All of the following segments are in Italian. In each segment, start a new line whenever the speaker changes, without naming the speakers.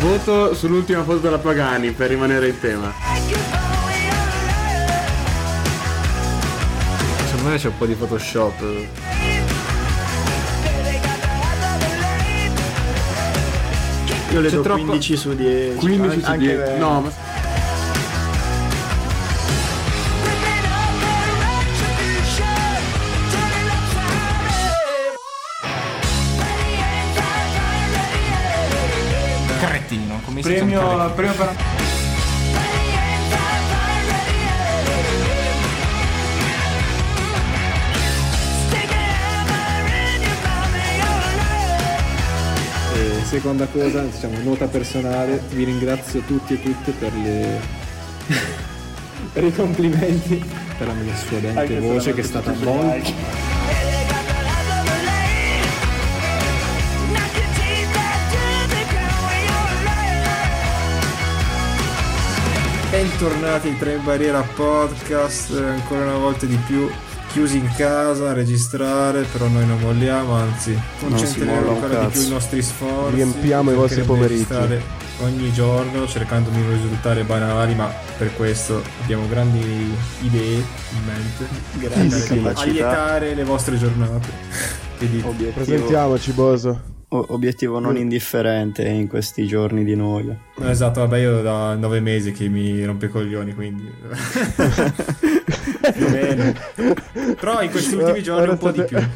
Voto sull'ultima foto della Pagani per rimanere in tema.
Secondo me c'è un po' di Photoshop.
Io le
C'è
do
troppo-
15 su 10.
15 su
anche
10.
lei.
No, ma
Cretino, come si dice un
Premio,
cretino?
premio per...
E Eh, seconda cosa, diciamo, nota personale, vi ringrazio tutti e tutte per le... per i complimenti, per la mia sfodente
Anche se
voce
la
che è
metto
stata
tutti sui
molto...
like.
Bentornati in Tre in Barriera Podcast, eh, ancora una volta di più chiusi in casa a registrare, però noi non molliamo, anzi
molla
concentreremo
un
ancora di più
cazzo.
i nostri sforzi.
Riempiamo i vostri
cercheremo
pomeriggi.
di stare Ogni giorno cercando di non risultare banali, ma per questo abbiamo grandi idee in mente.
Grandi
per
capacità.
Aiutare le vostre giornate. Che dite?
Obiettivo,
Presentiamoci, Boso.
o- obiettivo non indifferente in questi giorni di noia.
No, Esatto, vabbè, io da nove mesi che mi rompe i coglioni, quindi. Più o meno. Però in questi ultimi
Eh,
giorni un po' di
restate-
più.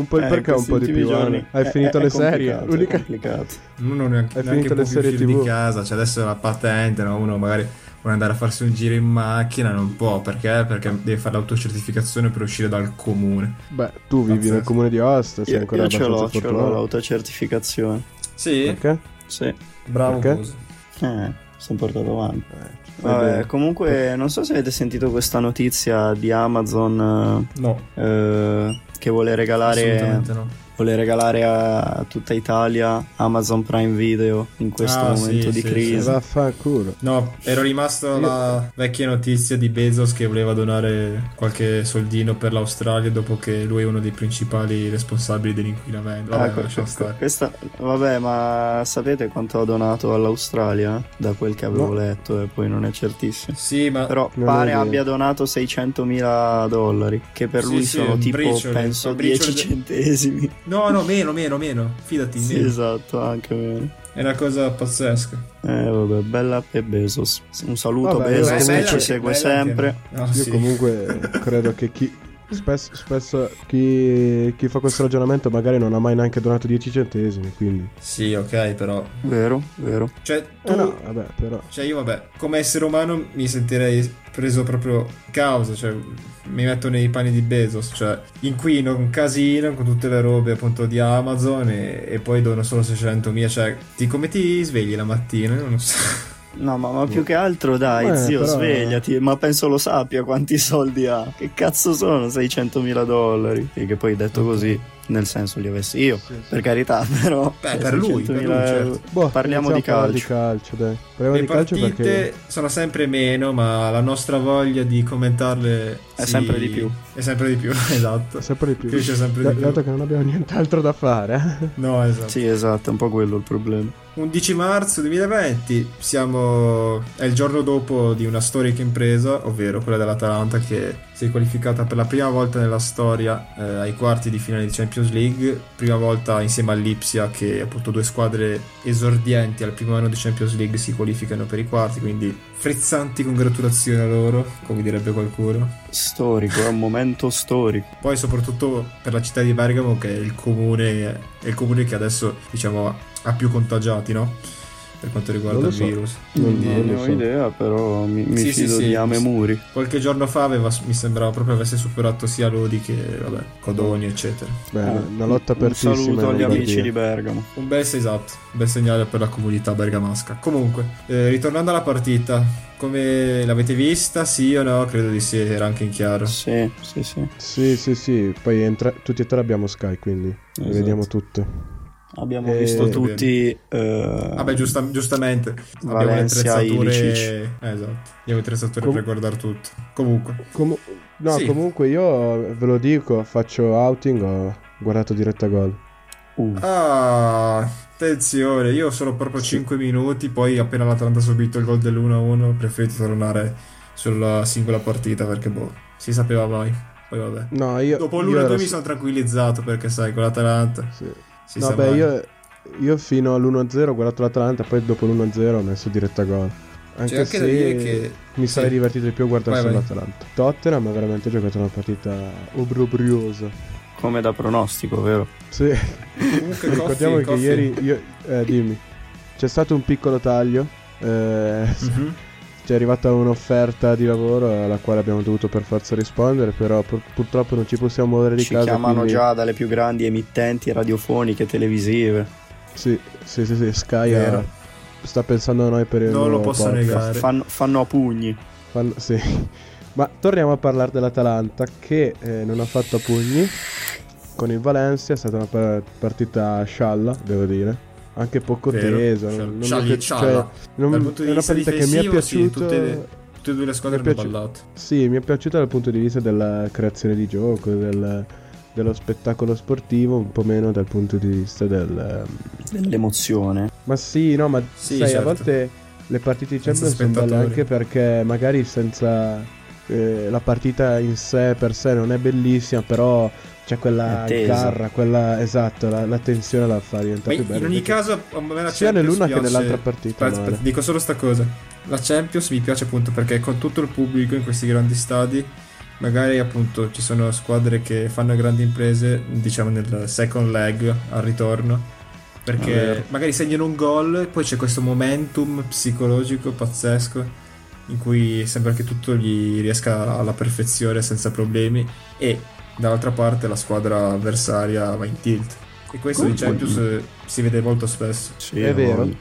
Un po' il
Eh,
perché
in
un po'
questi
di più.
ultimi giorni
Ale? Hai
è-
finito
è-
le
è
serie?
complicato, è
L'unica
complicato.
Uno neanche,
Hai
neanche
finito le
può più
serie
uscire di
TV?
casa, cioè adesso la patente, no? uno magari vuole andare a farsi un giro in macchina, non può perché? Perché deve fare l'autocertificazione per uscire dal comune.
Beh, tu vivi
Pazzesco.
nel comune di Osta, sei
Io,
ancora
io ce l'ho,
abbastanza
ce l'ho
fortunato.
l'autocertificazione.
Sì,
Perché?
Sì,
bravo.
Perché?
Boso.
eh, sono portato avanti.
Eh, Vabbè.
Vabbè, comunque, non so se avete sentito questa notizia di Amazon
No,
eh, che vuole regalare,
assolutamente no.
vuole regalare a tutta Italia Amazon Prime Video in questo
Ah, sì,
momento di
sì,
crisi.
Eh, Vaffanculo.
No, ero rimasto alla vecchia notizia di Bezos che voleva donare qualche soldino per l'Australia dopo che lui è uno dei principali responsabili dell'inquinamento. Vabbè,
Ah, que-
lasciamo
que-
stare.
questa- vabbè, ma sapete quanto ho donato all'Australia? Da quel che avevo
No.
letto, e poi non è certissimo.
Sì, ma
Però
Non ho
pare
idea.
abbia donato 600.000 dollari, che per
Sì,
lui
sì,
sono
un
tipo,
briciole,
penso,
un briciole
10
de-
centesimi.
no, no, meno, meno, meno. Fidati,
Sì,
meno.
esatto, anche meno.
È una cosa pazzesca.
Eh, vabbè, bella e Bezos. Un saluto
Vabbè,
a
bella-
Bezos che
bella-
Esatto, ci segue
bella
sempre.
anche- No,
Io
sì.
comunque credo che chi... Spesso, spesso chi, chi fa questo ragionamento magari non ha mai neanche donato 10 centesimi, quindi...
Sì, ok, però.
Vero, vero.
Cioè, tu.
Eh no, vabbè, però...
Cioè, io, vabbè, come essere umano mi sentirei preso proprio in causa, cioè mi metto nei panni di Bezos, cioè inquino un casino con tutte le robe appunto di Amazon e, e poi dono solo 600.000, cioè ti, come ti svegli la mattina? Io Non so.
No, ma, ma più che altro dai,
Eh,
zio,
però-
svegliati. Ma penso lo sappia quanti soldi ha. Che cazzo sono 600.000 dollari? Sì, che poi detto così, nel senso li avessi io, per carità, però.
Beh, per lui, per lui,
600.000
certo.
euro.
Boh,
Parliamo
iniziamo
di
a parlare calcio,
calcio.
dai. Parliamo
Le
di calcio
partite
perché...
sono sempre meno, ma la nostra voglia di commentarle
È
si-
sempre di più.
È sempre di più, esatto.
Sempre di più.
Cresce sempre di
Da-
più.
Dato che non abbiamo nient'altro da fare. eh.
No, esatto.
Sì, esatto, è un po' quello il problema.
11 marzo 2020 siamo è il giorno dopo di una storica impresa, ovvero quella dell'Atalanta che si è qualificata per la prima volta nella storia eh, ai quarti di finale di Champions League, prima volta insieme all'Ipsia che appunto due squadre esordienti al primo anno di Champions League si qualificano per i quarti, quindi frizzanti congratulazioni a loro, come direbbe qualcuno.
Storico, è un momento storico.
Poi soprattutto per la città di Bergamo che è il comune, è il comune che adesso diciamo ha più contagiati, no? Per quanto riguarda
Non
il
lo so.
virus.
Non-
Quindi
non lo
ne ho
so.
idea, però mi, mi
Sì, sì,
fido
sì,
di Ame
sì.
Muri.
Qualche giorno fa aveva- mi sembrava proprio avesse superato sia Lodi che vabbè, Codogno, eccetera.
Beh,
Eh,
una lotta
Un
apertissima.
saluto
in
agli amici
Lombardia.
di Bergamo.
Un bel esatto, un bel segnale per la comunità bergamasca. Comunque, eh, ritornando alla partita, come l'avete vista? Sì o no? Credo di sì, era anche in chiaro.
Sì, sì, sì.
Sì, sì, sì. Poi entra... tutti e tre abbiamo Sky, quindi
Esatto.
vediamo tutto.
Abbiamo
Eh,
visto
bene.
tutti. eh,
Vabbè, giusta- giustamente abbiamo le
Valencia,
attrezzature.
Ilicic.
Eh, esatto, abbiamo le attrezzature
Com-
per guardare tutto. Comunque.
Comu- no,
Sì.
comunque io ve lo dico, faccio outing, ho guardato diretta gol.
uh.
Ah, te Attenzione, io sono proprio 5 minuti, poi appena l'Atalanta ha subito il gol dell'1-1 ho preferito tornare sulla singola partita perché boh, si sapeva mai. Poi vabbè.
No, io.
Dopo
io
l'1-2
ero-
mi sono tranquillizzato perché sai, con l'Atalanta
sì.
si
no,
sa
beh,
mai.
io, io fino all'1-0 ho guardato l'Atalanta, poi dopo l'1-0 ho messo diretta gol. Anche,
C'è Cioè, anche da
se
dire che-
mi sarei
sì.
divertito di più a guardare
Vai,
solo
vai.
l'Atalanta. Tottenham ha veramente giocato una partita obbrobriosa.
Come da pronostico, vero?
Sì,
Comunque
ricordiamo che
Coffee- Coffee-
ieri. Io, eh, dimmi, c'è stato un piccolo taglio. eh,
Mhm.
Ci è arrivata un'offerta di lavoro alla quale abbiamo dovuto per forza rispondere, però pur- purtroppo non ci possiamo muovere di
Ci
casa.
chiamano
quindi-
già dalle più grandi emittenti radiofoniche, televisive.
Sì, sì, sì, sì, Sky ha-
Vero.
sta pensando a noi per il
Non lo
Eh,
nuovo
posso
podcast.
negare.
Fanno, fanno a pugni.
Fanno- sì. Ma torniamo a parlare dell'Atalanta che eh, non ha fatto a pugni con il Valencia, è stata una pa- partita scialla, devo dire. Anche poco
Vero.
tesa,
Scial-
non mi
scialli-
piace-
scialla.
non-
Dal punto di
è una
vista
partita che mi è
difensivo, sì,
piaciuta.
tutte, tutte e due le squadre
Mi è
hanno
piaciuto.
ballato.
Sì, mi è piaciuta dal punto di vista della creazione di gioco, del- dello spettacolo sportivo, un po' meno dal punto di vista del...
L'emozione.
Ma sì, no, ma
Sì,
sai, a
certo.
volte le partite di
Senza
Champions sono belle
spettatori.
anche perché magari senza... eh, la partita in sé per sé non è bellissima, però c'è quella
È tesa.
garra, quella... Esatto, la, la tensione la fa
Ma
diventare più bella.
in ogni
perché-
caso, a me la
sia
Champions
nell'una che
piace-
nell'altra partita.
Aspetta, aspetta,
Male.
dico solo sta cosa. La Champions mi piace appunto perché con tutto il pubblico in questi grandi stadi, magari appunto ci sono squadre che fanno grandi imprese, diciamo nel second leg al ritorno,
Ah,
perché magari segnano un gol e poi c'è questo momentum psicologico pazzesco in cui sembra che tutto gli riesca alla perfezione senza problemi e dall'altra parte la squadra avversaria va in tilt. E questo in Champions eh, si vede molto spesso.
Sì,
È vero.
voglio.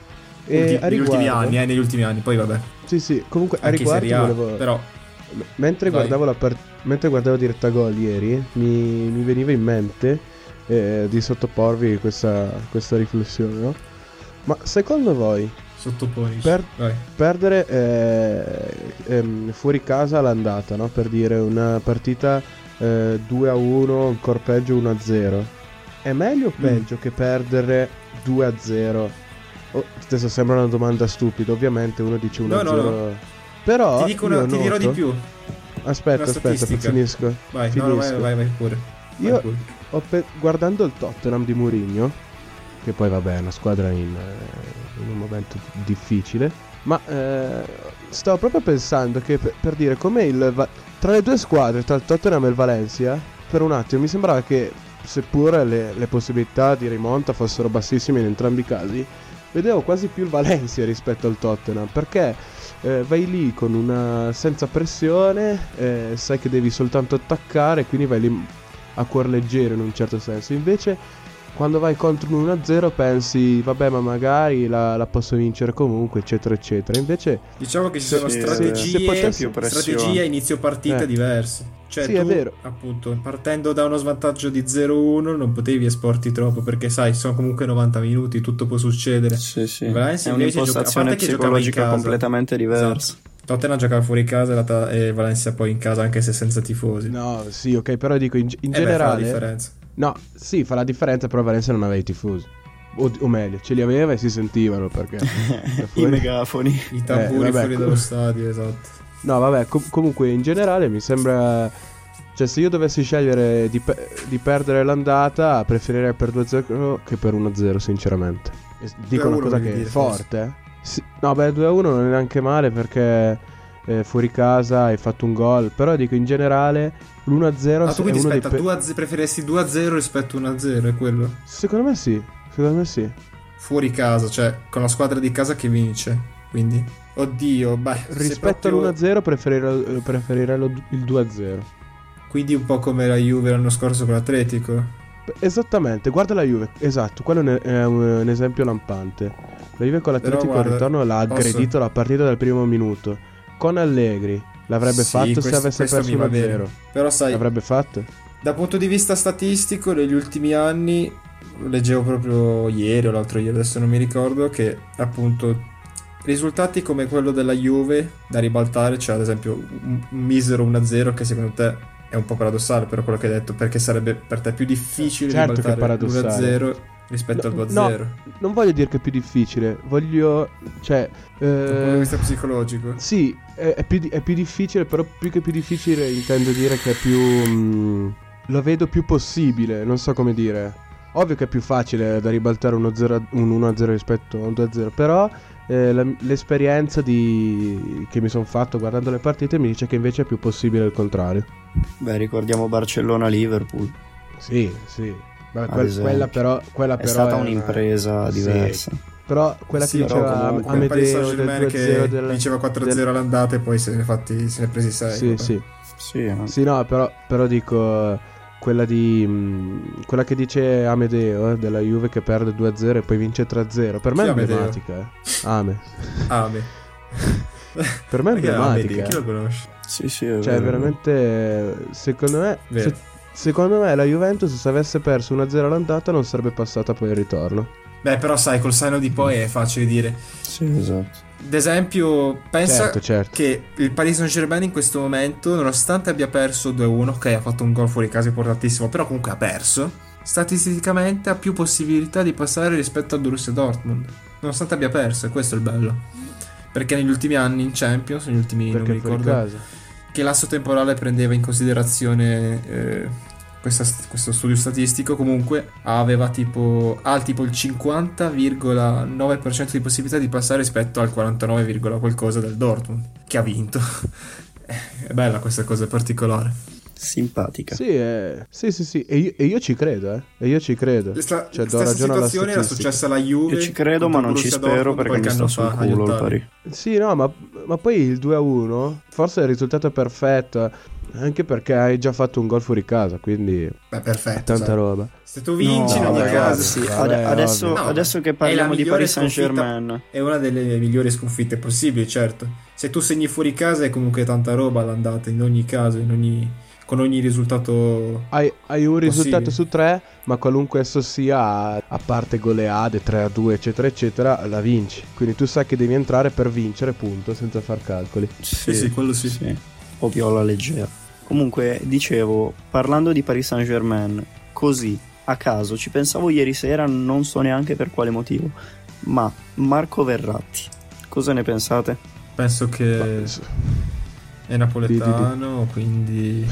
E
Ulti-
a
negli ultimi
riguardo-
anni, eh, negli ultimi anni, poi vabbè.
Sì, sì, comunque a
Anche in Serie A,
riguardo volevo...
però
M- Mentre
Vai.
guardavo, la par- mentre guardavo diretta gol ieri, eh, mi, mi veniva in mente eh, di sottoporvi questa, questa riflessione, no? Ma secondo voi
sottoponi.
Per-
Vai.
perdere eh, ehm, fuori casa l'andata, no? Per dire una partita eh, 2 a 1, ancora peggio 1 a 0. È meglio o
Mm.
peggio che perdere 2 a 0? Oh, adesso sembra una domanda stupida, ovviamente uno dice 1 a
No, no,
0. Però
ti, dico una-
Ah, io
ti dirò di
noto-
più.
Aspetta,
una
aspetta,
statistica.
finisco.
Vai, no, no, vai,
Finisco.
vai, vai pure. Vai
Io-
pure.
Ho pe- guardando il Tottenham di Mourinho, che poi vabbè è una squadra in, eh, in un momento difficile, ma eh, stavo proprio pensando che per, per dire come il... Va- tra le due squadre, tra il Tottenham e il Valencia, per un attimo mi sembrava che seppur le, le possibilità di rimonta fossero bassissime in entrambi i casi, vedevo quasi più il Valencia rispetto al Tottenham, perché eh, vai lì con una senza pressione, eh, sai che devi soltanto attaccare, quindi vai lì a cuor leggero in un certo senso. Invece, quando vai contro un 1-0, pensi, vabbè, ma magari la, la posso vincere comunque, eccetera, eccetera. Invece,
Diciamo che ci
se-
sono
se-
strategie,
se potessi-
più pressione.
strategie a inizio partita
Eh.
diverse. Cioè,
Sì,
tu,
è vero.
appunto, partendo da uno svantaggio di 0-1, non potevi esporti troppo perché, sai, sono comunque 90 minuti, tutto può succedere.
Sì, sì.
Valencia
È
invece
un'impostazione
gioca- a parte che giocava in
psicologica
casa. Esatto.
completamente diversa.
Tottenham giocava fuori casa e la ta- e Valencia poi in casa, anche se senza tifosi.
no, sì, ok, però dico in, in
Eh beh, fa la
generale.
differenza.
no, sì, fa la differenza, però Valencia non aveva i tifosi. O, o meglio, ce li aveva e si sentivano perché. da
I
fuori-
megafoni.
I tamburi
Eh, vabbè,
fuori
com-
dallo stadio, esatto.
No, vabbè, com- comunque in generale mi sembra. Cioè, se io dovessi scegliere di, pe- di perdere l'andata, preferirei per 2-0 che per 1-0, sinceramente. E s- Dico una
2-1
cosa
volevi
che è
dire,
forte. eh. Sì, no, beh, 2-1 non è neanche male perché eh, fuori casa hai fatto un gol. Però dico in generale, l'1-0
Ah, tu
è
quindi
uno dei
aspetta,
pe-
tu azze- preferesti 2-0 rispetto a 1-0, è quello?
Secondo me sì, secondo me sì.
Fuori casa, cioè con la squadra di casa che vince. Quindi, oddio, beh, se
Rispetto
proprio-
all'1-0 preferirei, preferirei lo- il 2-0.
Quindi un po' come la Juve l'anno scorso con l'Atletico.
Esattamente, guarda la Juve, esatto, quello è un- è un, un esempio lampante. La Juve con l'Atletico
Però
al
guarda,
ritorno l'ha
posso-
aggredito la partita dal primo minuto. Con Allegri l'avrebbe
Sì,
fatto se
questo-
avesse
questo
perso
mi va bene.
1-0.
Però sai,
L'avrebbe fatto?
da punto di vista statistico, negli ultimi anni, leggevo proprio ieri o l'altro ieri, adesso non mi ricordo, che appunto risultati come quello della Juve da ribaltare, cioè ad esempio un un misero 1-0 che secondo te è un po' paradossale per quello che hai detto, perché sarebbe per te più difficile
Certo che è
ribaltare
paradossale.
1-0 rispetto
No,
al 2-0.
no.
Dal
Non voglio dire che è più difficile, voglio... cioè...
punto di
Eh,
vista psicologico.
sì, è, è più, di- è più difficile, però più che più difficile intendo dire che è più... mm, lo vedo più possibile, non so come dire. Ovvio che è più facile da ribaltare uno 0 a- un 1-0 rispetto a un 2-0, però eh, la- l'esperienza di- che mi sono fatto guardando le partite mi dice che invece è più possibile il contrario.
Beh, ricordiamo Barcellona-Liverpool.
Sì, sì. Ma
Ad
quel-
esempio.
quella però...
Ah,
Quella
È
però
stata
era-
un'impresa
sì.
diversa.
Però quella
Sì,
che
però
diceva
comunque
Come il Paris
Amedeo
Saint-Germain
del 2-0
che
del...
vinceva 4-0
del-
all'andata e poi se ne, fatti, se ne è presi 6.
Sì, sì.
Sì, eh. no?
Sì, no, però, però dico quella di mh, quella che dice Amedeo eh, della Juve che perde 2-0 e poi vince 3-0. Per me
Chi
è
è Amedeo?
emblematica. eh. Ame.
Ah, beh.
Per me è
Perché era Amedeo?
emblematica.
Chi lo conosce?
sì, sì, è
Cioè,
vero.
veramente secondo me
Vero.
se- secondo me la Juventus se avesse perso 1-0 all'andata non sarebbe passata poi il ritorno.
Beh, però sai, col seno di poi è facile dire.
Sì, esatto.
Ad esempio, pensa
Certo, certo.
che il Paris Saint-Germain in questo momento, nonostante abbia perso 2-1, ok, ha fatto un gol fuori casa importantissimo, però comunque ha perso, statisticamente ha più possibilità di passare rispetto al Borussia Dortmund, nonostante abbia perso, e questo è il bello. Perché negli ultimi anni in Champions, negli ultimi non
Perché
mi
fuori
ricordo,
casa.
che l'asso temporale prendeva in considerazione eh, questa st- questo studio statistico, comunque aveva tipo, ha tipo il 50,9% di possibilità di passare rispetto al 49, qualcosa del Dortmund, che ha vinto. È bella questa cosa, è particolare.
Simpatica.
Sì, eh, sì, sì, sì, e io, e io ci credo, eh. E io ci credo.
Sta,
Cioè, do
stessa
ragione alla
situazione era
statistica.
successa alla Juve.
Io ci credo, ma
contro
non ci
Borussia
spero
Dortmund
perché mi
qualche
sta
anno
sul
fa, agli
culo il
ottavi.
Paris.
Sì, no, ma, ma poi il 2-1 forse è il risultato perfetto, anche perché hai già fatto un gol fuori casa, quindi è
Beh, perfetto.
tanta
sai.
roba.
Se tu vinci, in
No,
ogni
vabbè,
caso,
sì,
vabbè,
ade-
ovvio.
adesso,
No,
adesso che
è la
parliamo di
migliore
Paris
sconfitta-
Saint-Germain.
è una delle migliori sconfitte possibili, certo. Se tu segni fuori casa è comunque tanta roba l'andata, in ogni caso, in ogni- con ogni risultato.
Hai, hai un risultato
Possibile.
su tre, ma qualunque esso sia, a parte goleade 3-2, eccetera, eccetera, la vinci. Quindi tu sai che devi entrare per vincere, punto, senza far calcoli.
Sì,
quello
sì. O viola leggera. Comunque, dicevo, parlando di Paris Saint-Germain, così, a caso, ci pensavo ieri sera, non so neanche per quale motivo, ma Marco Verratti, cosa ne pensate?
Penso che è napoletano, quindi.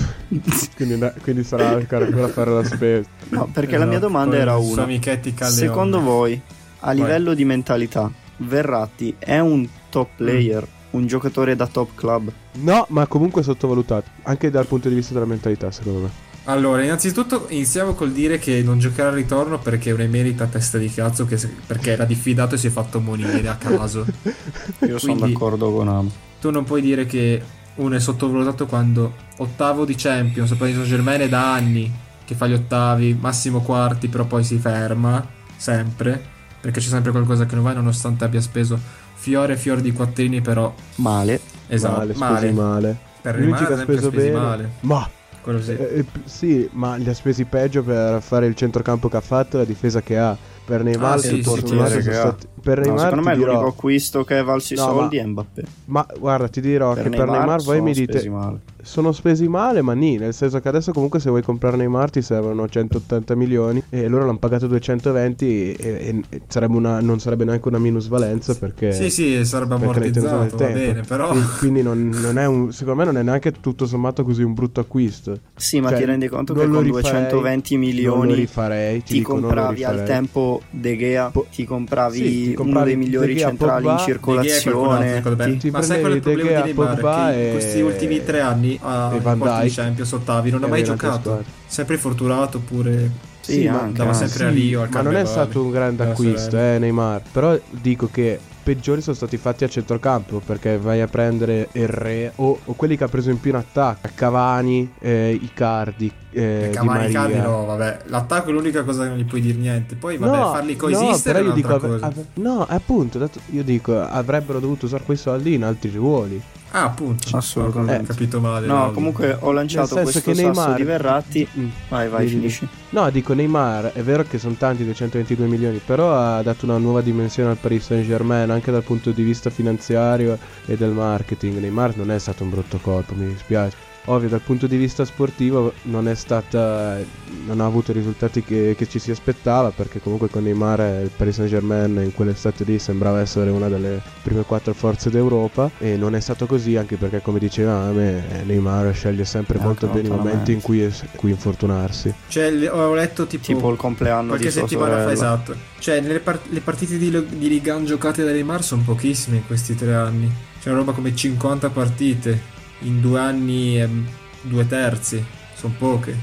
Quindi, na- quindi sarà ancora ancora a fare la spesa.
No, perché la mia domanda era
Esatto, Con i suoi
una.
amichetti Calleon.
Secondo voi, a livello di mentalità, Verratti è un top player, un giocatore da top club?
No, ma comunque sottovalutato, anche dal punto di vista della mentalità, secondo me.
Allora, innanzitutto iniziamo col dire che non giocherà al ritorno perché è un'emerita testa di cazzo che- perché era diffidato e si è fatto monire a caso.
Io sono
Quindi-
d'accordo con Amo.
tu non puoi dire che uno è sottovalutato quando ottavo di Champions, poi Saint Germain è da anni che fa gli ottavi, massimo quarti, però poi si ferma sempre, perché c'è sempre qualcosa che non va nonostante abbia speso fiore e fiore di quattrini, però
Male.
esatto,
male,
male,
spesi male.
per
L'unico
rimane
che ha
sempre
speso
spesi
bene.
male.
Ma
Quello sì.
Eh, eh, p- sì, ma li ha spesi peggio per fare il centrocampo che ha fatto e la difesa che ha. Per Neymar,
Ah, sì,
tutto
sì,
sommato,
sì,
sono
sì.
stati- per
No,
Neymar
secondo me
ti
l'unico
dirò,
acquisto che è valso i
No,
soldi è Mbappé.
ma guarda, ti dirò che per Neymar voi
sono
mi dite
spesi male.
sono spesi male, ma nì, nel senso che adesso comunque se vuoi comprare Neymar ti servono 180 milioni e loro l'hanno pagato 220 e, e- e sarebbe una- non sarebbe neanche una minusvalenza perché
sì, sì, sarebbe
perché l'hai tenuto nel
ammortizzato, va
tempo.
bene, però...
Quindi- Quindi non, non è un, secondo me non è neanche tutto sommato così un brutto acquisto.
Sì, ma
Cioè,
ti rendi conto
non
che
lo
con
rifarei,
220
non lo
milioni
rifarei, ti,
ti
dico, non lo
compravi al
rifarei.
tempo De Gea,
Po-
ti compravi
Sì, ti
uno
compravi
dei migliori
De Gea,
centrali
Pogba,
in
Di Gea e qualcun altro,
circolazione.
ricordo bene.
Ti
ma sai qual è
prendevi
il
De
problema di
Gea, Pogba
Neymar? Che in questi
e-
ultimi tre anni ha
e
i
Van
quarti di
Dijk.
Champions ottavi, non ha
E
mai
aveva altre
giocato.
squadre.
Sempre fortunato oppure
Sì,
ma
anche,
andava
ah,
sempre a Rio. Al
Ma non è
Carnevale.
stato un grande
Della
acquisto,
Sorella.
eh, Neymar. Però dico che peggiori sono stati fatti a centrocampo perché vai a prendere il re o, o quelli che ha preso in più in attacco, Cavani, eh, Icardi, eh, Di
Cavani
Maria.
Icardi no, vabbè. L'attacco è l'unica cosa che non gli puoi dire niente. Poi, vabbè,
No,
farli
no,
coesistere
però
è
io dico, ah,
un'altra
av-
cosa.
av- no, appunto, dato- io dico, avrebbero dovuto usare quei soldi in altri ruoli.
Ah, appunto.
Assolutamente.
Ho capito male.
No,
l'audio.
comunque ho lanciato
senso
Diciamo, questo
che
sasso
Neymar-
di Verratti.
Mm.
Vai, vai,
Dici,
finisci.
No, dico Neymar, è vero che sono tanti 222 milioni, però ha dato una nuova dimensione al Paris Saint-Germain anche dal punto di vista finanziario e del marketing. Neymar non è stato un brutto colpo, mi dispiace. Ovvio, dal punto di vista sportivo non è stata. non ha avuto i risultati che, che ci si aspettava, perché comunque con Neymar eh, il Paris Saint Germain in quell'estate lì sembrava essere una delle prime quattro forze d'Europa e non è stato così, anche perché come diceva Ame, eh, Neymar sceglie sempre
Eh,
molto bene i momenti in cui, es- in cui infortunarsi.
Cioè, le- ho letto tipo,
Tipo il compleanno
qualche
di sua
settimana
sorella.
fa, esatto. Cioè, nelle par- le partite di, lo- di Ligan giocate da Neymar sono pochissime in questi tre anni. C'è una roba come 50 partite in due anni e mm, due terzi. Sono poche.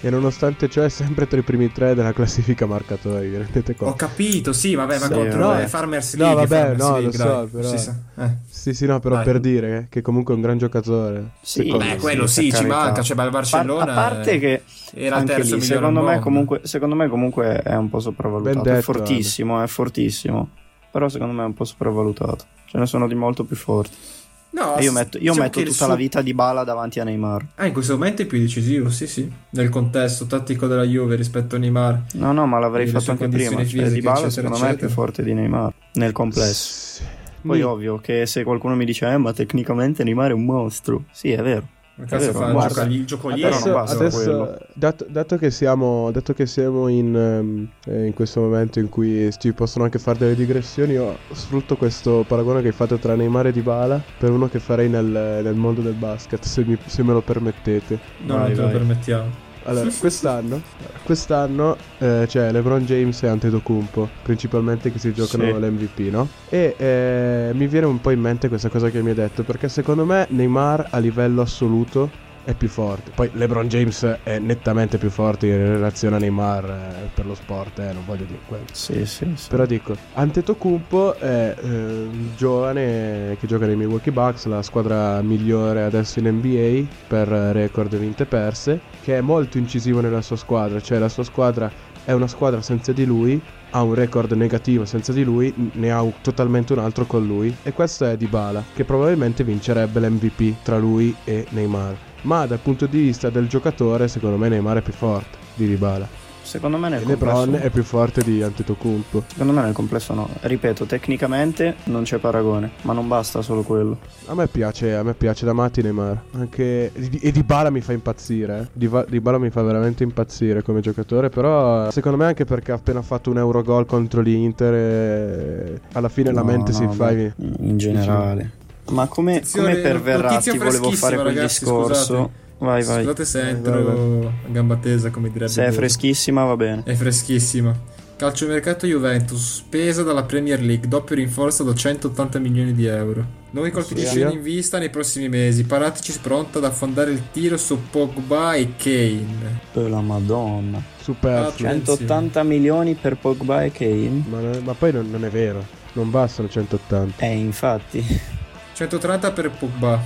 E nonostante ciò è sempre tra i primi tre della classifica marcatori, vi rendete
Ho
conto?
capito, sì, vabbè, ma
Sì,
contro
vabbè.
eh, Farmers
No,
League.
vabbè,
Farmers
no, lo
League,
so,
dai.
però-
Si sa. Eh.
Sì, sì, no, però
Dai.
per dire che comunque è un gran giocatore.
Sì,
Beh, quello sì,
per
ci
carità.
manca. Cioè, il Barcellona
Par- a parte
eh,
che
era il
anche
terzo
lì,
migliore
secondo
al
me,
mondo.
comunque, secondo me comunque è un po' sopravvalutato.
Ben detto,
è fortissimo, è fortissimo. Però secondo me è un po' sopravvalutato. Ce ne sono di molto più forti.
No,
E io metto, io
diciamo
metto
che il
tutta
suo-
la vita di Bala davanti a Neymar.
Ah, in questo momento è più decisivo, sì, sì. Nel contesto tattico della Juve rispetto a Neymar.
No, no, ma l'avrei
E le
fatto
sue
anche
condizioni
prima. Cioè,
fisiche,
di Bala,
eccetera,
secondo me, è più
eccetera.
forte di Neymar nel
Sì.
complesso. Poi,
Mm.
ovvio che se qualcuno mi dice, eh, ma tecnicamente Neymar è un mostro. Sì, è vero.
Ma cazzo
vero,
fa?
guarda.
Gioca lì, gioco lì.
Però
Adesso,
non basta
adesso,
quello.
dato, dato che siamo, dato che siamo in, ehm, eh, in questo momento in cui ci possono anche fare delle digressioni, io sfrutto questo paragone che hai fatto tra Neymar e Dybala per uno che farei nel, nel mondo del basket, se, mi- se me lo permettete.
No, non
Vai,
te lo
vai.
permettiamo.
Allora, quest'anno, quest'anno eh, c'è LeBron James e Antetokounmpo, principalmente che si giocano
Sì.
l'MVP, no? E eh, mi viene un po' in mente questa cosa che mi hai detto, perché secondo me Neymar a livello assoluto è più forte. Poi LeBron James è nettamente più forte in relazione a Neymar eh, per lo sport, eh, non voglio dire quello.
Sì, sì, sì.
Però dico, Antetokounmpo è eh, un giovane che gioca nei Milwaukee Bucks, la squadra migliore adesso in NBA per record vinte e perse, che è molto incisivo nella sua squadra, cioè la sua squadra è una squadra senza di lui, ha un record negativo senza di lui, ne ha un- totalmente un altro con lui e questo è Dybala, che probabilmente vincerebbe l'MVP tra lui e Neymar. Ma dal punto di vista del giocatore, secondo me Neymar è più forte di Dybala.
Secondo me nel
E LeBron
complesso-
è più forte di Antetokounmpo.
Secondo me nel complesso no. Ripeto, tecnicamente non c'è paragone, ma non basta solo quello.
A me piace, a me piace da matti Neymar. Anche. E di Bala mi fa impazzire. eh. Di, Va- Di Bala mi fa veramente impazzire come giocatore. Però, secondo me, anche perché ha appena fatto un Eurogol contro l'Inter. E... Alla fine la
No,
mente
no,
si fa.
beh, in generale. Ma come,
Notizia-
come per
notizia
Verratti volevo
freschissima,
fare quel
ragazzi,
discorso.
scusate.
Vai, vai.
Scusate se
Vai,
entro
vai,
a gamba tesa, come direbbe.
Se è
Pietro.
freschissima va bene.
È freschissima. Calciomercato Juventus, spesa dalla Premier League, doppio rinforzo da 180 milioni di euro. Nuovi colpi di
Sì.
scena in vista nei prossimi mesi. Paratici pronta ad affondare il tiro su Pogba e Kane.
Per la Madonna.
Superfluo.
Ah,
180 milioni per Pogba e Kane?
ma, non- ma poi non, non è vero. Non bastano 180.
Eh, infatti.
130 per Pogba.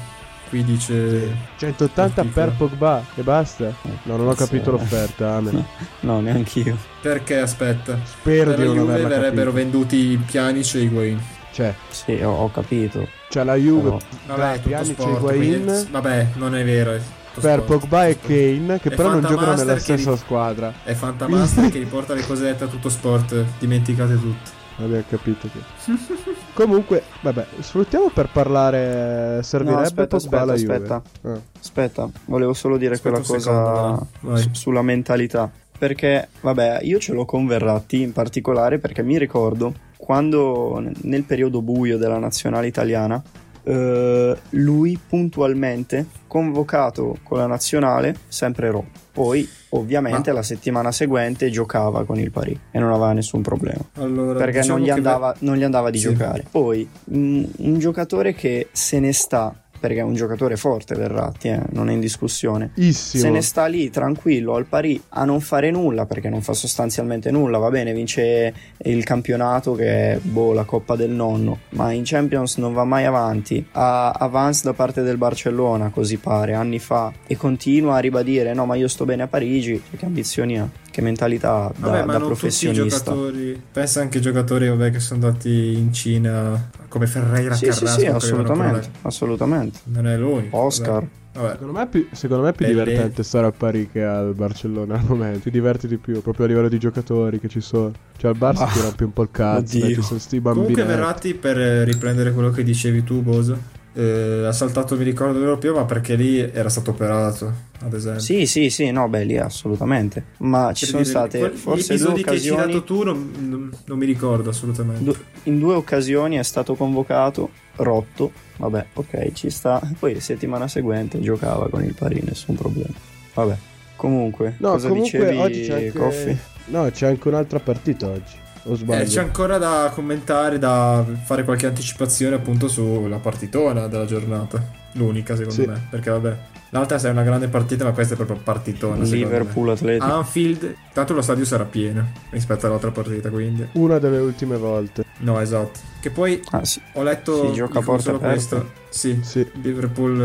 Qui dice...
180 per Pogba e basta. No, non ho capito
Sì.
l'offerta. Amen.
No, neanche io.
Perché aspetta.
Spero
Per
di
la
non
Juve
averla
verrebbero
capito.
venduti Pjanic e Higuain.
Cioè,
Sì, ho, ho capito.
c'è la Juve.
Però-
Vabbè, è tutto
Pjanic e
sport.
Higuain.
quindi- Vabbè, non è vero. è tutto
Per
sport,
Pogba e
tutto sport.
Kane, che
E
però non giocano
Fantamaster
nella
che
stessa
ri-
squadra.
È Fantamaster che riporta le cosette a tutto sport. Dimenticate tutto.
Abbiamo capito che. Comunque, vabbè, sfruttiamo per parlare. eh,
No,
Servirebbe
aspetta,
Pogba
aspetta,
alla Juve.
aspetta.
Ah.
Aspetta, volevo solo dire
Aspetta
quella
un secondo,
cosa
vai. Vai.
su- sulla mentalità. Perché, vabbè, io ce l'ho con Verratti in particolare perché mi ricordo quando n- nel periodo buio della nazionale italiana eh, lui puntualmente convocato con la nazionale sempre Roma. Poi, ovviamente, la settimana seguente giocava con il Paris e non aveva nessun problema
Allora,
perché
diciamo
non, gli
che-
andava, non gli andava di
Sì.
giocare. Poi mh, un giocatore che se ne sta, perché è un giocatore forte Verratti, eh, non è in discussione.
Issimo.
Se ne sta lì tranquillo al pari a non fare nulla perché non fa sostanzialmente nulla. Va bene, vince il campionato che è boh, la coppa del nonno, ma in Champions non va mai avanti. Ha avance da parte del Barcellona, così pare, anni fa, e continua a ribadire: no, ma io sto bene a Parigi. cioè, Che ambizioni ha? Che mentalità ha da,
Vabbè, ma
da
non tutti i
professionista?
giocatori. Pensa anche ai giocatori vabbè, che sono andati in Cina come Ferreira
Sì, sì,
Carrasco.
sì,
che
assolutamente,
avevano
assolutamente.
provato. Non è lui.
Oscar.
Vabbè. Vabbè.
Secondo me è più, secondo me è più
Pelle.
divertente stare a Parigi che al Barcellona al momento. Ti diverti di più, proprio a livello di giocatori che ci sono. Cioè, al Barça ti rompi un po' il cazzo.
Ah, oddio.
dai, Ci sono sti bambini.
Comunque Verratti per eh, riprendere quello che dicevi tu, Boso. eh, ha saltato, mi ricordo, l'Europeo, ma perché lì era stato operato, ad esempio.
Sì, sì, sì, no, beh, lì assolutamente. Ma ci
Eh. Per
sono
dire,
state
quel-
forse
gli
due
episodi che hai
occasioni.
citato tu non, non- non mi ricordo assolutamente. Eh,
Du- in due occasioni è stato convocato, rotto, vabbè, ok, ci sta. Poi settimana seguente giocava con il Pari, nessun problema. Vabbè, comunque,
No,
cosa
comunque
dicevi,
oggi c'è anche...
Coffi?
No, c'è anche un'altra partita oggi. O sbaglio?
Eh, c'è ancora da commentare, da fare qualche anticipazione appunto sulla partitona della giornata. L'unica secondo
Sì.
me, perché vabbè. L'altra è una grande partita, ma questa è proprio partitona. secondo me. Ah.
Liverpool Atletico.
Anfield, tanto lo stadio sarà pieno rispetto all'altra partita, quindi.
Una delle ultime volte.
No, esatto. Che poi
Ah, sì.
ho letto
Si gioca a
dicono
porta
solo
aperta.
questo. Sì,
Sì.
Liverpool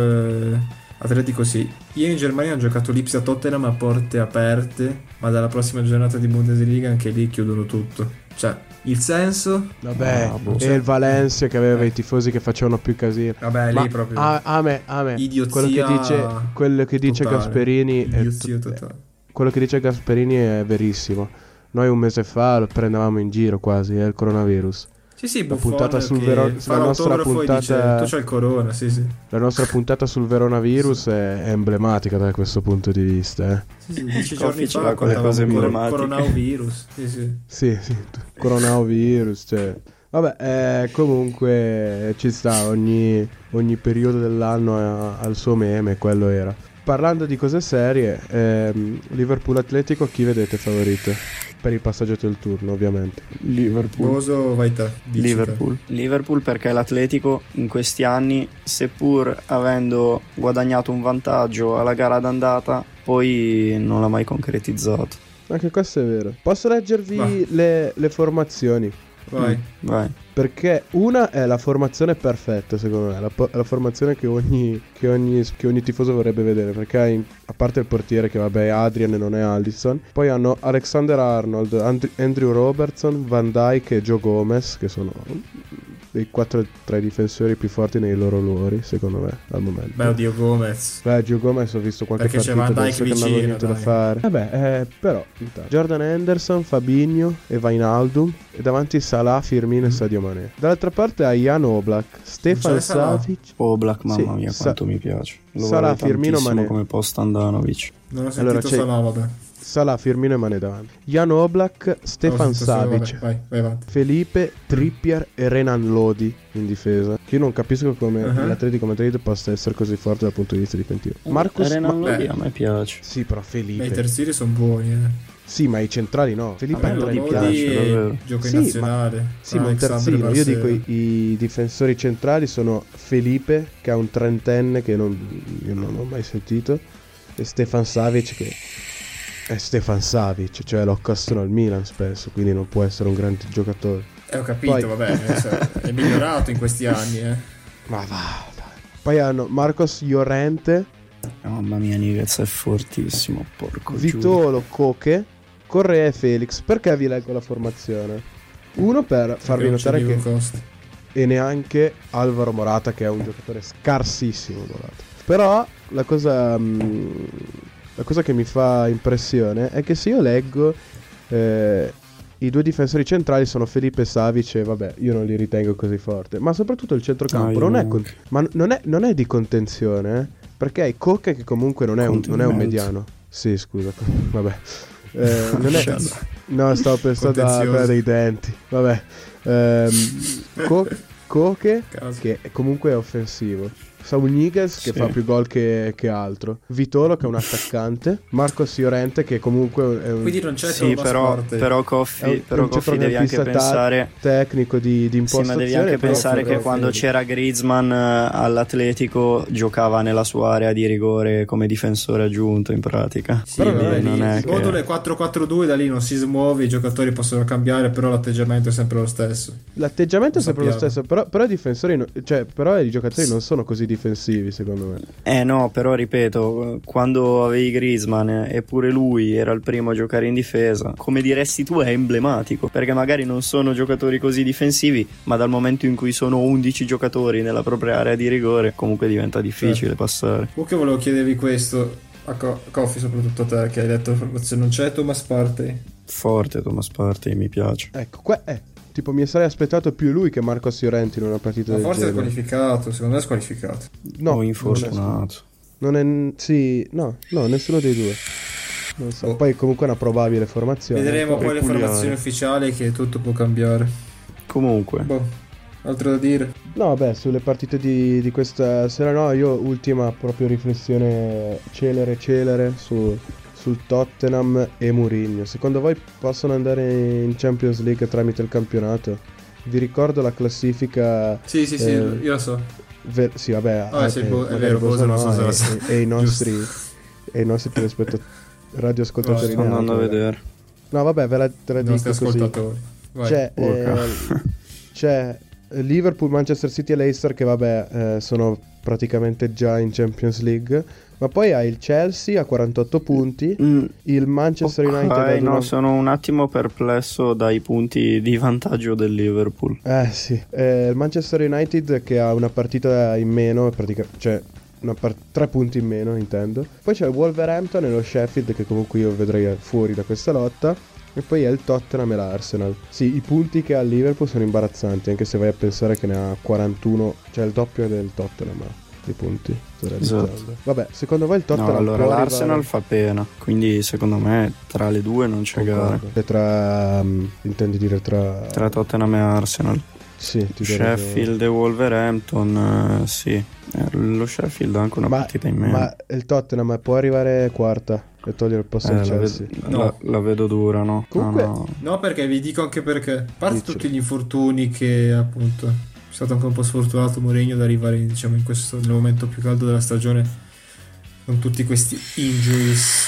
eh, Atletico sì. Ieri in Germania hanno giocato l'Ipsia Tottenham a porte aperte, ma dalla prossima giornata di Bundesliga anche lì chiudono tutto. Cioè, il senso?
Vabbè,
Ah, boh.
e il Valencia che aveva i tifosi che facevano più casino.
Vabbè,
Ma ah,
lì proprio
a, a me, a me.
Idiozia
Quello che dice, quello che dice
totale.
Gasperini è
idiozia
tut-
totale.
quello che dice Gasperini è verissimo. Noi un mese fa lo prendevamo in giro quasi, è il coronavirus.
Sì, sì,
La
Buffon
puntata sul
che
Vero-
fa
la nostra
l'autografo e dice
puntata-
tu c'hai il corona, sì, sì.
La nostra puntata sul Veronavirus è, è emblematica da questo punto di vista. eh.
Sì, sì, dieci
Coffi
giorni
ce
fa
l'ha con le
contavamo
cose
il cor-
emblematiche.
Coronavirus, sì, sì.
Sì, sì, t- coronavirus, cioè. Vabbè, eh, comunque eh, ci sta, ogni, ogni periodo dell'anno ha, ha il suo meme, quello era. Parlando di cose serie, ehm, Liverpool Atletico chi vedete favorito? Per il passaggio del turno, ovviamente.
Liverpool.
Boso, vai te. dici
Liverpool. Liverpool perché l'Atletico in questi anni, seppur avendo guadagnato un vantaggio alla gara d'andata, poi non l'ha mai concretizzato.
Anche questo è vero. Posso leggervi
Vai.
le, le formazioni?
te.
Mm.
Vai.
Vai.
Perché una è la formazione perfetta, secondo me, la, po- la formazione che ogni, che ogni- che ogni tifoso vorrebbe vedere, perché hai, a parte il portiere che vabbè è Adrian e non è Allison, poi hanno Alexander Arnold, And- Andrew Robertson, Van Dyke e Joe Gomez, che sono dei 4 tra i difensori più forti nei loro ruoli, secondo me, al momento.
Beh, oddio, Gomez.
Beh, Gio Gomez ho visto qualche
Perché c'è
partita,
Van
penso
Dijk
che non avevo niente
vicino,
da
dai.
fare. Vabbè, eh, però, intanto. Jordan Henderson, Fabinho e Vainaldum e davanti Salah,
Mm.
Firmino e Sadio Mane. Dall'altra parte hai Jan Oblak, Stefan
c'è Cioè, Salah?
Savic.
Oh, Black, mamma
Sì,
mia,
sa-
quanto mi piace. Lo
sarà
vorrei
Firmino
tantissimo
Mané.
come post Andanovic.
Non ho
Allora,
sentito
c'è-
Salah, vabbè. Non ho
Salah, Firmino e Mane davanti. Jan Oblak, Stefan
sentito Salah, vabbè.
Savic.
Vai, vai avanti.
Felipe, Trippier e Renan Lodi in difesa. Io non capisco come
Uh-huh.
l'Atletico Madrid possa essere così forte dal punto di vista difensivo. Marcus
Eh, Renan
ma-
Lodi
beh.
a me piace.
Sì, però
Ma
Felipe.
i terzini sono buoni, eh.
Sì, ma i centrali no.
A
Felipe
me
è tra i
Lodi
mi
più-
piace, davvero.
gioca in
Sì, ma-
nazionale.
Sì, ma un
Alexander
terzino. Io
Barcella.
dico i, i difensori centrali sono Felipe, che ha un trentenne che non, io non ho mai sentito, e Stefan Savic, che è Stefan Savic, cioè lo accostano al Milan spesso, quindi non può essere un grande giocatore.
Eh, ho capito,
Poi-
vabbè. nel senso, è migliorato in questi anni, eh.
Ma va, dai. Poi hanno Marcos Llorente,
Mamma mia, Nivez è fortissimo, porco giù.
Vitolo, Coche, Correa e Felix. Perché vi leggo la formazione? Uno per farvi
Perché non
notare
c'è
che
Diego Costa.
e neanche Alvaro Morata che è un giocatore scarsissimo Morata. Però la cosa mm, la cosa che mi fa impressione è che se io leggo eh, i due difensori centrali sono Felipe Savic e vabbè, io non li ritengo così forti, ma soprattutto il
No,
centrocampo
io
non, è
no.
con- ma non, è, non è di contenzione, eh, perché hai Cocca che comunque non è, un, non è un
Contenimento.
mediano. Sì, scusa, vabbè. Eh, non è, no, stavo pensando a
Contenzioso.
quella dei denti. Vabbè. Ehm, Co- Koke,
Caso.
che è comunque è offensivo. Saunigas che
Sì.
fa più gol che, che altro. Vitolo che è un attaccante. Marcos Llorente che comunque è un
Quindi non c'è
Sì,
solo
però,
Masforte.
però
è un-
Coffi,
è
però
un
Coffi devi anche
centrocampista ta-
pensare...
tecnico di, di
Sì, ma
impostazione.
devi anche
però
pensare che
offensivo.
quando c'era Griezmann eh, all'Atletico giocava nella sua area di rigore come difensore aggiunto in pratica.
Sì,
Però
vabbè,
non è
lì,
non è
il
che-
modulo è 4-4-2, da lì non si smuove, i giocatori possono cambiare, però l'atteggiamento è sempre lo stesso.
L'atteggiamento è sempre lo
Sappiamo.
stesso. Però, però i difensori, no- cioè, però i giocatori non sono così difensivi, secondo me.
Eh no, però ripeto, quando avevi Griezmann eh, e pure lui era il primo a giocare in difesa, come diresti tu è emblematico, perché magari non sono giocatori così difensivi, ma dal momento in cui sono 11 giocatori nella propria area di rigore, comunque diventa difficile
Certo.
passare.
Comunque Uh, volevo chiedervi questo a Co- Coffi, soprattutto a te, che hai detto se non c'è Thomas Partey.
Forte Thomas Partey, mi piace.
Ecco, qua- eh, tipo mi sarei aspettato più lui che Marco Assirenti in una partita
Ma
del
forse è
genere.
squalificato, secondo me è squalificato.
No,
o
non è-
infortunato.
Non è. Sì, no, no, nessuno dei due. Non so.
Boh.
Poi comunque è una probabile formazione.
Vedremo poi le
Peculiare.
formazioni ufficiali che tutto può cambiare.
Comunque,
Boh, altro da dire.
No, vabbè, sulle partite di, di questa sera no, io ultima proprio riflessione celere celere su- sul Tottenham e Mourinho. Secondo voi possono andare in Champions League tramite il campionato? Vi ricordo la classifica...
Sì, sì, sì,
Eh.
io lo so.
ver- sì, vabbè...
Ah, sì,
eh,
Bo- è
magari
vero, Bosa non so se
e-
la sa.
e, e i nostri... e i nostri telespettatori... radioascoltatori.
sto andando a
neanche.
vedere.
No, vabbè, ve la, te la
I
dico
nostri
così.
ascoltatori. Vai.
C'è,
Porca.
eh, c'è Liverpool, Manchester City e Leicester che vabbè eh, sono praticamente già in Champions League. Ma poi hai il Chelsea a 48 punti,
Mm,
il Manchester
ok,
United ad
no,
una-
sono un attimo perplesso dai punti di vantaggio del Liverpool.
Eh sì, Eh, il Manchester United che ha una partita in meno, pratica- cioè una par- tre punti in meno intendo. Poi c'è il Wolverhampton e lo Sheffield che comunque io vedrei fuori da questa lotta. E poi è il Tottenham e l'Arsenal. Sì, i punti che ha il Liverpool sono imbarazzanti, anche se vai a pensare che ne ha 41, cioè il doppio del Tottenham ha di punti. Sarebbe
Esatto.
bello. Vabbè, secondo voi il Tottenham...
no, allora
può
l'Arsenal
arrivare-
fa pena, quindi secondo me tra le due non c'è gara.
Concordo. E tra... mm, intendi dire tra...
Tra Tottenham e Arsenal.
Sì, ti do ragione.
Sheffield e Wolverhampton, eh, sì. Eh, Lo Sheffield ha anche una
Ma-
partita in meno.
Ma il Tottenham può arrivare quarta e togliere il posto
Eh,
al
la,
Chelsea.
ved-
No.
la- la vedo dura, no?
Comunque-
No, no.
No, perché vi dico anche perché. A parte
Dici.
tutti gli infortuni che appunto è stato anche un po' sfortunato Mourinho ad arrivare diciamo in questo nel momento più caldo della stagione con tutti questi injuries.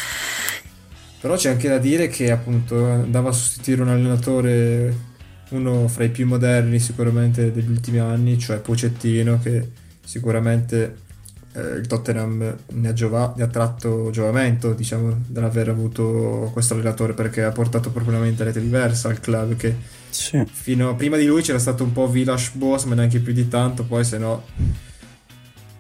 Però c'è anche da dire che appunto andava a sostituire un allenatore uno fra i più moderni sicuramente degli ultimi anni, cioè Pocettino che sicuramente eh, il Tottenham ne ha, giova- ne ha tratto giovamento, diciamo, dall'aver avuto questo allenatore perché ha portato proprio una mentalità diversa al club che
Sì.
fino a prima di lui c'era stato un po' Vilas Boss, ma neanche più di tanto, poi se no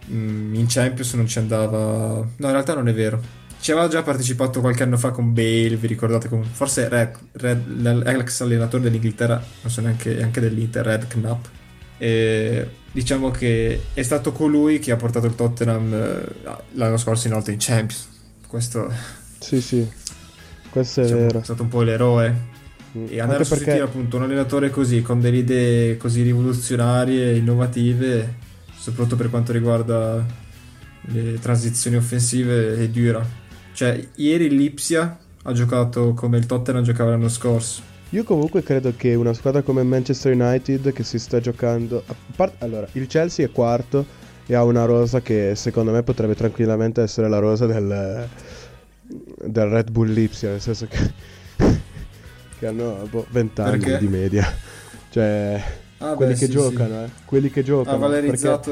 mm, in Champions non ci andava. No, in realtà non è vero. Ci aveva già partecipato qualche anno fa con Bale, vi ricordate con forse Red- Red- l- l'ex allenatore dell'Inghilterra, non so neanche anche dell'Inter, Red Knapp. E diciamo che è stato colui che ha portato il Tottenham eh, l'anno scorso in alto in Champions. Questo
Sì, sì. Questo è
Cioè,
diciamo,
vero. Mm.
è stato un po' l'eroe. E andare a
Anche
sostituire
perché
appunto un allenatore così, con delle idee così rivoluzionarie, innovative, soprattutto per quanto riguarda le transizioni offensive, è dura. Cioè, ieri l'Ipsia ha giocato come il Tottenham giocava l'anno scorso.
io comunque credo che una squadra come Manchester United che si sta giocando a par- allora, il Chelsea è quarto e ha una rosa che secondo me potrebbe tranquillamente essere la rosa del del Red Bull Lipsia, nel senso che che hanno boh, 20 anni
Perché?
di media. Cioè,
Ah,
quelli
beh,
che
sì,
giocano, eh, quelli che
sì.
giocano.
Ha
perché-
valorizzato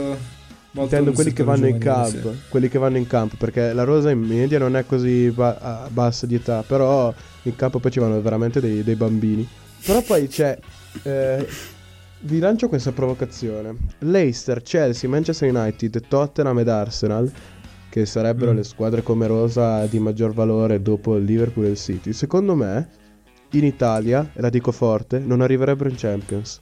molto
Intendo
il
quelli che
settore
vanno in
giovanile,
campo,
sì.
quelli che vanno in campo, perché la rosa in media non è così ba- a- bassa di età, però in campo poi ci vanno veramente dei, dei bambini. Però poi c'è... eh, vi lancio questa provocazione. Leicester, Chelsea, Manchester United, Tottenham ed Arsenal, che sarebbero
Mm.
le squadre come rosa di maggior valore dopo il Liverpool e il City, secondo me in Italia, e la dico forte, non arriverebbero in Champions.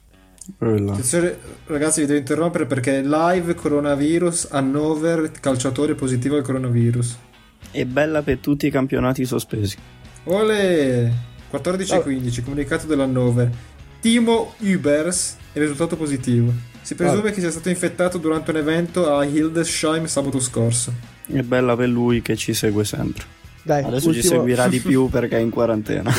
Quella.
Attenzione, ragazzi, vi devo interrompere perché live coronavirus, Hannover, calciatore positivo al coronavirus.
E bella per tutti i campionati sospesi.
Ole 14 e
Ah.
15,
Oh.
comunicato dell'Hannover. Timo Ubers è risultato positivo. Si
Ah.
presume che sia stato infettato durante un evento a Hildesheim sabato scorso.
E bella per lui che ci segue sempre.
Dai,
Adesso ci
Eh, ultimo-
seguirà di più perché è in quarantena.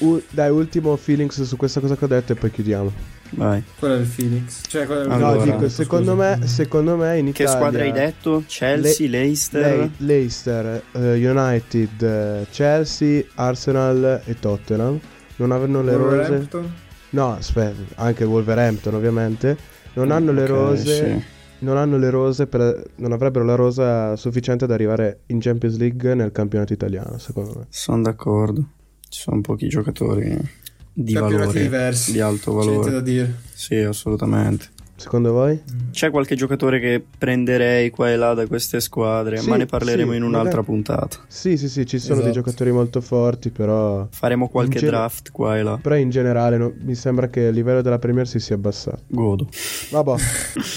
U- dai, ultimo feelings su questa cosa che ho detto e poi chiudiamo.
Vai.
Quello è il Phoenix. Cioè, quello è il
No, Allora,
no, dico,
scusa.
secondo me, secondo me in
Che
Italia...
squadra hai detto? Chelsea, Leicester?
Le- Leicester, eh, United, eh, Chelsea, Arsenal e Tottenham. Non avranno le rose...
Wolverhampton?
No, aspetta, anche Wolverhampton ovviamente. Non hanno le
Ok,
rose...
sì.
Non hanno le rose per... Non avrebbero la rosa sufficiente ad arrivare in Champions League nel campionato italiano, secondo me.
Sono d'accordo. Ci sono pochi giocatori di
Campionati
valore,
diversi. Cioè,
di alto
C'è niente da
valore.
dire.
Sì, assolutamente.
Secondo voi?
Mm.
C'è qualche giocatore che prenderei qua e là da queste squadre,
Sì,
ma ne parleremo
sì,
in un'altra
magari.
puntata.
Sì, sì, sì, ci sono dei
Esatto.
giocatori molto forti, però...
Faremo qualche
In genere-
draft qua e là.
Però in generale no- mi sembra che il livello della Premier si sia abbassato.
Godo.
Vabbè,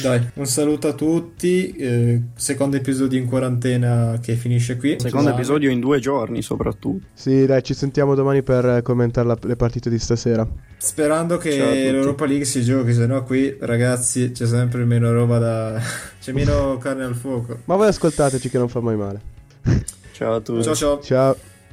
Dai, un saluto a tutti. eh, secondo episodio in quarantena che finisce qui.
Secondo
Scusate.
episodio in due giorni, soprattutto.
sì, dai, ci sentiamo domani per eh, commentare la- le partite di stasera.
Sperando
Ciao a tutti.
che l'Europa League si giochi, se no qui ragazzi c'è sempre meno roba da... c'è meno carne al fuoco.
Ma voi ascoltateci che non fa mai male.
Ciao a tutti.
Ciao ciao.
Ciao.